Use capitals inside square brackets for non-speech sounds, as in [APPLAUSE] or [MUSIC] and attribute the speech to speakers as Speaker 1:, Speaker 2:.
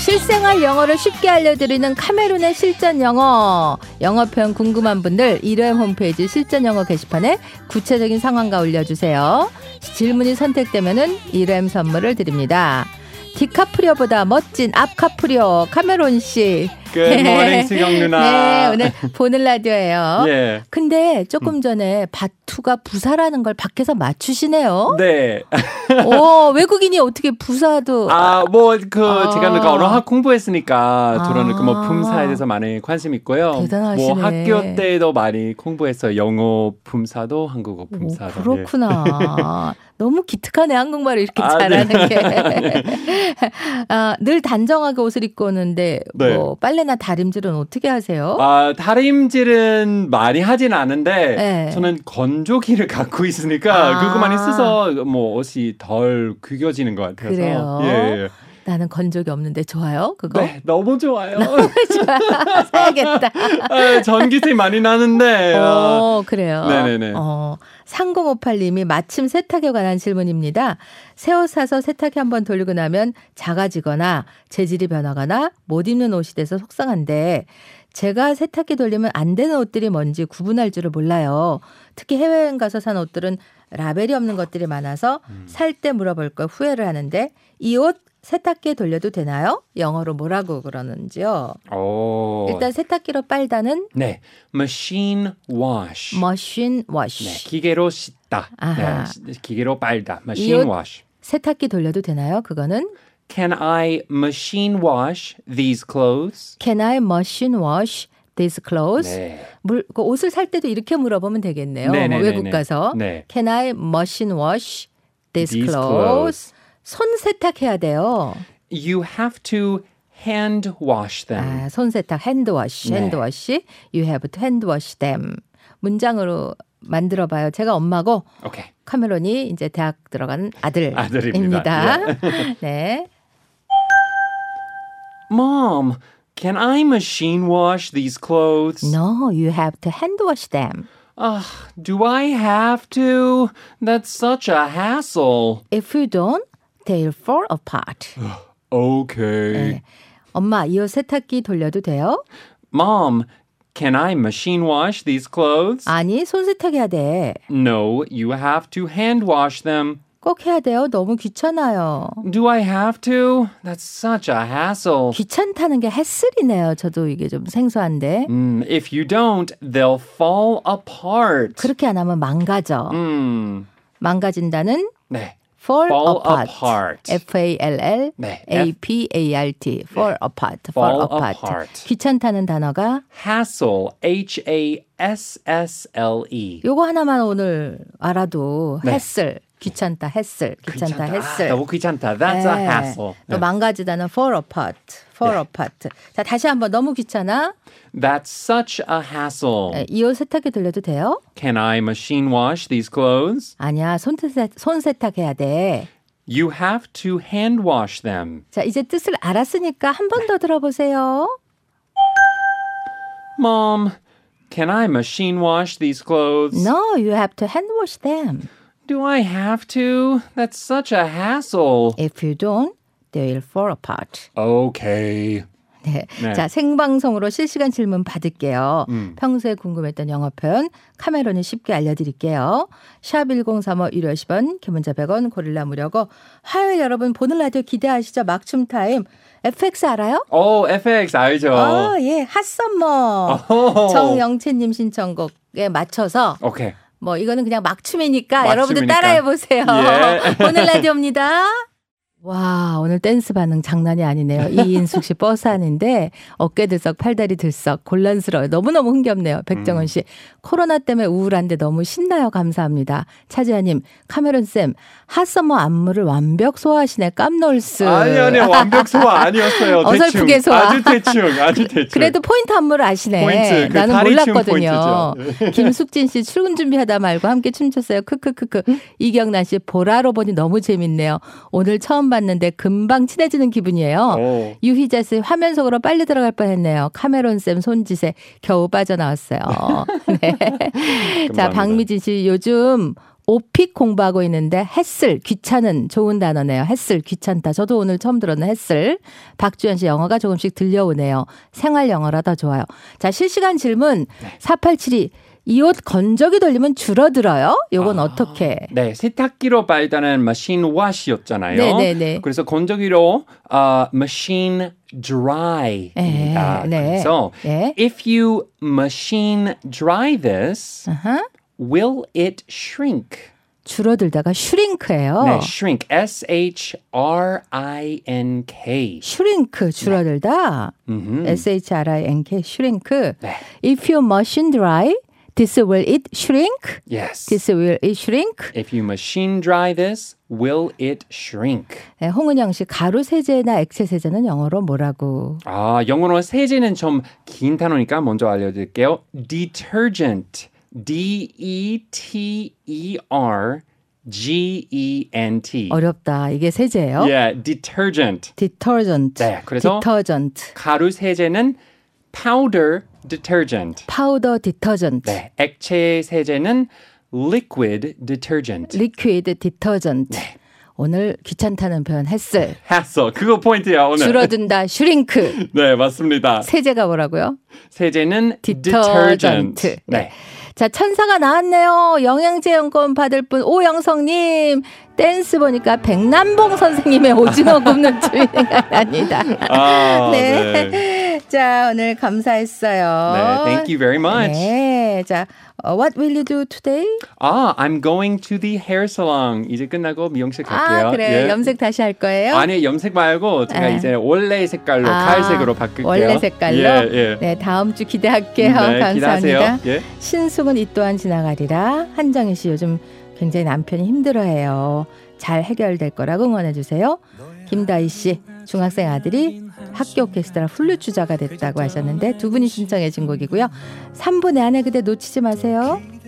Speaker 1: 실생활 영어를 쉽게 알려드리는 카메룬의 실전 영어. 영어 표현 궁금한 분들 일회 홈페이지 실전 영어 게시판에 구체적인 상황과 올려주세요. 질문이 선택되면은 일회 선물을 드립니다. 디카프리오보다 멋진 앞카프리오 카메론 씨. [LAUGHS]
Speaker 2: 굿모닝 수경
Speaker 1: 네,
Speaker 2: 누나.
Speaker 1: 오늘 어? 보는 라디오예요.
Speaker 2: 예.
Speaker 1: 근데 조금 전에 바투가 부사라는 걸 밖에서 맞추시네요.
Speaker 2: 네.
Speaker 1: 어? 오, 외국인이 어떻게 부사도
Speaker 2: 아, 뭐, 그,
Speaker 1: 아.
Speaker 2: 제가 그러니까 언어학 공부했으니까, 저는 그 뭐
Speaker 1: 아.
Speaker 2: 품사에 대해서 많이 관심 있고요.
Speaker 1: 대단하시네.
Speaker 2: 뭐 학교 때도 많이 공부했어요. 영어 품사도, 한국어
Speaker 1: 오,
Speaker 2: 품사도. 예. [LAUGHS]
Speaker 1: 그렇구나. 너무 기특하네 한국말을 이렇게
Speaker 2: 아, 네.
Speaker 1: 잘하는
Speaker 2: [LAUGHS]
Speaker 1: 게. 아, 늘 단정하게 옷을 입고 오는데
Speaker 2: 네.
Speaker 1: 뭐 빨래나 다림질은 어떻게 하세요?
Speaker 2: 아, 다림질은 많이 하진 않은데,
Speaker 1: 네.
Speaker 2: 저는 건조기를 [LAUGHS] 갖고 있으니까,
Speaker 1: 아.
Speaker 2: 그거만 있어서, 뭐, 옷이 덜 귀겨지는 것 같아서.
Speaker 1: 그래요?
Speaker 2: 예, 예.
Speaker 1: 나는 건조기 없는데 좋아요 그거.
Speaker 2: 네,
Speaker 1: [LAUGHS]
Speaker 2: 너무 좋아요.
Speaker 1: 좋아 사야겠다.
Speaker 2: 아, 전기세 많이 나는데. 아,
Speaker 1: 어, 그래요.
Speaker 2: 네네네.
Speaker 1: 어, 3058님이 마침 세탁에 관한 질문입니다. 새 옷 사서 세탁기 한번 돌리고 나면 작아지거나 재질이 변하거나 못 입는 옷이 돼서 속상한데 제가 세탁기 돌리면 안 되는 옷들이 뭔지 구분할 줄을 몰라요. 특히 해외여행 가서 산 옷들은 라벨이 없는 것들이 많아서 살 때 물어볼 걸 후회를 하는데 이 옷 세탁기에 돌려도 되나요? 영어로 뭐라고 그러는지요?
Speaker 2: 오.
Speaker 1: 일단 세탁기로 빨다는
Speaker 2: 네, machine wash.
Speaker 1: 머신 워시.
Speaker 2: 네, 기계로 씻다.
Speaker 1: 아하.
Speaker 2: 네, 시- 기계로 빨다. machine
Speaker 1: 이웃-
Speaker 2: wash.
Speaker 1: 세탁기 돌려도 되나요? 그거는
Speaker 2: Can I machine wash these clothes?
Speaker 1: Can I machine wash these clothes?
Speaker 2: 네.
Speaker 1: 물, 그 옷을 살 때도 이렇게 물어보면 되겠네요.
Speaker 2: 네네네네.
Speaker 1: 뭐 외국 가서
Speaker 2: 네.
Speaker 1: Can I machine wash these,
Speaker 2: These
Speaker 1: clothes? 손 세탁해야 돼요.
Speaker 2: You have to hand wash them.
Speaker 1: 아, 손 세탁 hand wash,
Speaker 2: 네.
Speaker 1: hand wash. You have to hand wash them. 문장으로 만들어 봐요. 제가 엄마고
Speaker 2: Okay.
Speaker 1: 카메론이 이제 대학 들어간 아들입니다.
Speaker 2: 아들입니다.
Speaker 1: [LAUGHS] 네.
Speaker 2: Mom, can I machine wash these clothes?
Speaker 1: No, you have to hand wash them.
Speaker 2: Ugh, do I have to? That's such a hassle.
Speaker 1: If you don't, they'll fall apart.
Speaker 2: Okay.
Speaker 1: 네. 엄마, 이 옷 세탁기 돌려도 돼요?
Speaker 2: Mom, can I machine wash these clothes?
Speaker 1: 아니, 손 세탁해야 돼.
Speaker 2: No, you have to hand wash them.
Speaker 1: 꼭 해야 돼요. 너무 귀찮아요.
Speaker 2: Do I have to? That's such a hassle.
Speaker 1: 귀찮다는 게 햇슬이네요. 저도 이게 좀 생소한데.
Speaker 2: Mm, if you don't, they'll fall apart.
Speaker 1: 그렇게 안 하면 망가져.
Speaker 2: 음,
Speaker 1: 망가진다는
Speaker 2: 네.
Speaker 1: fall,
Speaker 2: Fall
Speaker 1: apart.
Speaker 2: apart.
Speaker 1: F-A-L-L
Speaker 2: 네,
Speaker 1: A-P-A-R-T. fall apart.
Speaker 2: Fall
Speaker 1: fall apart.
Speaker 2: apart.
Speaker 1: 귀찮다는 단어가
Speaker 2: Hassle. H A S S L E.
Speaker 1: 요거 하나만 오늘 알아도
Speaker 2: 네.
Speaker 1: 햇슬. 귀찮다 햇슬. 귀찮다
Speaker 2: 아,
Speaker 1: 햇슬.
Speaker 2: 너무 귀찮다. Ah, That's a
Speaker 1: 네.
Speaker 2: hassle.
Speaker 1: 또
Speaker 2: 네.
Speaker 1: 망가지다는 fall apart, fall
Speaker 2: 네.
Speaker 1: apart. 자 다시 한번 너무 귀찮아. 네,
Speaker 2: That's such a hassle.
Speaker 1: 이 옷 세탁기 돌려도 돼요?
Speaker 2: Can I machine wash these clothes?
Speaker 1: 아니야 손, 세손 세탁해야 돼.
Speaker 2: You have to hand wash them.
Speaker 1: 자 이제 뜻을 알았으니까 한 번 더 들어보세요.
Speaker 2: Mom, can I machine wash these clothes?
Speaker 1: No, you have to hand wash them.
Speaker 2: Do I have to? That's such a hassle.
Speaker 1: If you don't, they'll fall apart.
Speaker 2: Okay.
Speaker 1: 네.
Speaker 2: 네.
Speaker 1: 자 생방송으로 실시간 질문 받을게요.
Speaker 2: 음.
Speaker 1: 평소에 궁금했던 영어 표현 카메론이 쉽게 알려드릴게요. 샵 1035, 150원, 개문자 100원, 고릴라 무료고 화요일 여러분 보는 라디오 기대하시죠. 막춤 타임. FX 알아요?
Speaker 2: Oh, FX 알죠?
Speaker 1: 어, 예. 핫썸머.
Speaker 2: 오.
Speaker 1: 정영채님 신청곡에 맞춰서
Speaker 2: Okay.
Speaker 1: 뭐 이거는 그냥 막춤이니까
Speaker 2: 막춤이니까.
Speaker 1: 여러분들 따라해 보세요.
Speaker 2: 예.
Speaker 1: 보는 [LAUGHS] 라디오입니다. 와 오늘 댄스 반응 장난이 아니네요. 이인숙 씨 버스 안인데 어깨 들썩 팔다리 들썩 곤란스러워요. 너무너무 흥겹네요. 백정은 씨 코로나 때문에 우울한데 너무 신나요. 감사합니다. 차지아님 카메론 쌤 핫서머 안무를 완벽 소화하시네. 깜놀스.
Speaker 2: 아니 아니 완벽 소화 아니었어요.
Speaker 1: [LAUGHS] 어설프게
Speaker 2: 대충.
Speaker 1: 소화.
Speaker 2: 아주 대충.
Speaker 1: [LAUGHS]
Speaker 2: 아주 대충.
Speaker 1: 그래도 포인트 안무를 아시네.
Speaker 2: 네. 포인트, 그
Speaker 1: 나는
Speaker 2: 다리 네. 춤
Speaker 1: 몰랐거든요. 김숙진 씨 출근 준비하다 말고 함께 춤췄어요. 크크크크. 이경란 씨 보라로 보니 너무 재밌네요. 오늘 처음 봤는데 금방 친해지는 기분이에요.
Speaker 2: 오.
Speaker 1: 유희자 씨 화면 속으로 빨리 들어갈 뻔했네요. 카메론 쌤 손짓에
Speaker 2: [LAUGHS]
Speaker 1: 겨우 빠져나왔어요. 네. 자
Speaker 2: 감사합니다.
Speaker 1: 박미진 씨 요즘 오픽 공부하고 있는데 햇슬 귀찮은 좋은 단어네요. 햇슬 귀찮다. 저도 오늘 처음 들었는 햇슬. 박주현 씨 영어가 조금씩 들려오네요. 생활 영어라 더 좋아요. 자 실시간 질문
Speaker 2: 네.
Speaker 1: 4872. 이 옷 건조기 돌리면 줄어들어요? 요건 어떻게?
Speaker 2: 네, 세탁기로 발달한 머신 워시였잖아요.
Speaker 1: 네, 네, 네.
Speaker 2: 그래서 건조기로 어, machine dry입니다.
Speaker 1: 예, 네.
Speaker 2: 그래서
Speaker 1: 예.
Speaker 2: if you machine dry this,
Speaker 1: 아하.
Speaker 2: will it shrink?
Speaker 1: 줄어들다가 슈링크예요.
Speaker 2: 네, shrink. S H R I N K.
Speaker 1: 슈링크 줄어들다.
Speaker 2: 네. 음흠.
Speaker 1: S-H-R-I-N-K 슈링크.
Speaker 2: 네.
Speaker 1: If your machine dry, this will it shrink.
Speaker 2: Yes.
Speaker 1: This will it shrink.
Speaker 2: If you machine dry this, will it shrink?
Speaker 1: 네, 홍은영 씨 가루 세제나 액체 세제는 영어로 뭐라고?
Speaker 2: 아, Ah, 영어로 세제는 좀 긴 단어니까 먼저 알려드릴게요. Detergent. D E T E R G E N T.
Speaker 1: 어렵다. 이게 세제예요?
Speaker 2: Yeah, detergent.
Speaker 1: 디터전트.
Speaker 2: 네, 그래서-
Speaker 1: 디터전트.
Speaker 2: 가루 세제는 powder detergent.
Speaker 1: 파우더 디터전트.
Speaker 2: 네, 액체 세제는 liquid detergent.
Speaker 1: 리퀴드 디터전트.
Speaker 2: 네.
Speaker 1: 오늘 귀찮다는 표현 했을.
Speaker 2: 했어. 그거 포인트야 오늘.
Speaker 1: 줄어든다. 슈링크.
Speaker 2: 네, 맞습니다.
Speaker 1: 세제가 뭐라고요?
Speaker 2: 세제는
Speaker 1: Detergent.
Speaker 2: detergent. 네.
Speaker 1: 자, 천사가 나왔네요. 영양제 연권 받을 분 오영성님 댄스 보니까 백남봉 선생님의 오징어 굽는 춤이 [LAUGHS]
Speaker 2: [LAUGHS]
Speaker 1: 생각납니다.
Speaker 2: 아,
Speaker 1: [LAUGHS] 네.
Speaker 2: 네.
Speaker 1: 자, 오늘 감사했어요.
Speaker 2: 네, Thank you very much.
Speaker 1: 네, 자, 어, what will you do today?
Speaker 2: 아, I'm going to the hair salon. 이제 끝나고 미용실 갈게요.
Speaker 1: 아, 그래,
Speaker 2: 예.
Speaker 1: 염색 다시 할 거예요?
Speaker 2: 아니, 염색 말고 제가
Speaker 1: 네.
Speaker 2: 이제 원래 색깔로
Speaker 1: 아,
Speaker 2: 칼색으로 바꿀게요.
Speaker 1: 원래 색깔로.
Speaker 2: 예, 예.
Speaker 1: 네, 다음 주 기대할게요. 감사합니다.
Speaker 2: 네, 기대하세요. 예.
Speaker 1: 신숙은 이 또한 지나가리라. 한정희 씨 요즘 굉장히 남편이 힘들어해요. 잘 해결될 거라고 응원해 주세요. 김다희 씨 중학생 아들이 학교 오케스트라 훌륭 주자가 됐다고 하셨는데 두 분이 신청해 준 곡이고요. 3분의 안에 그대 놓치지 마세요.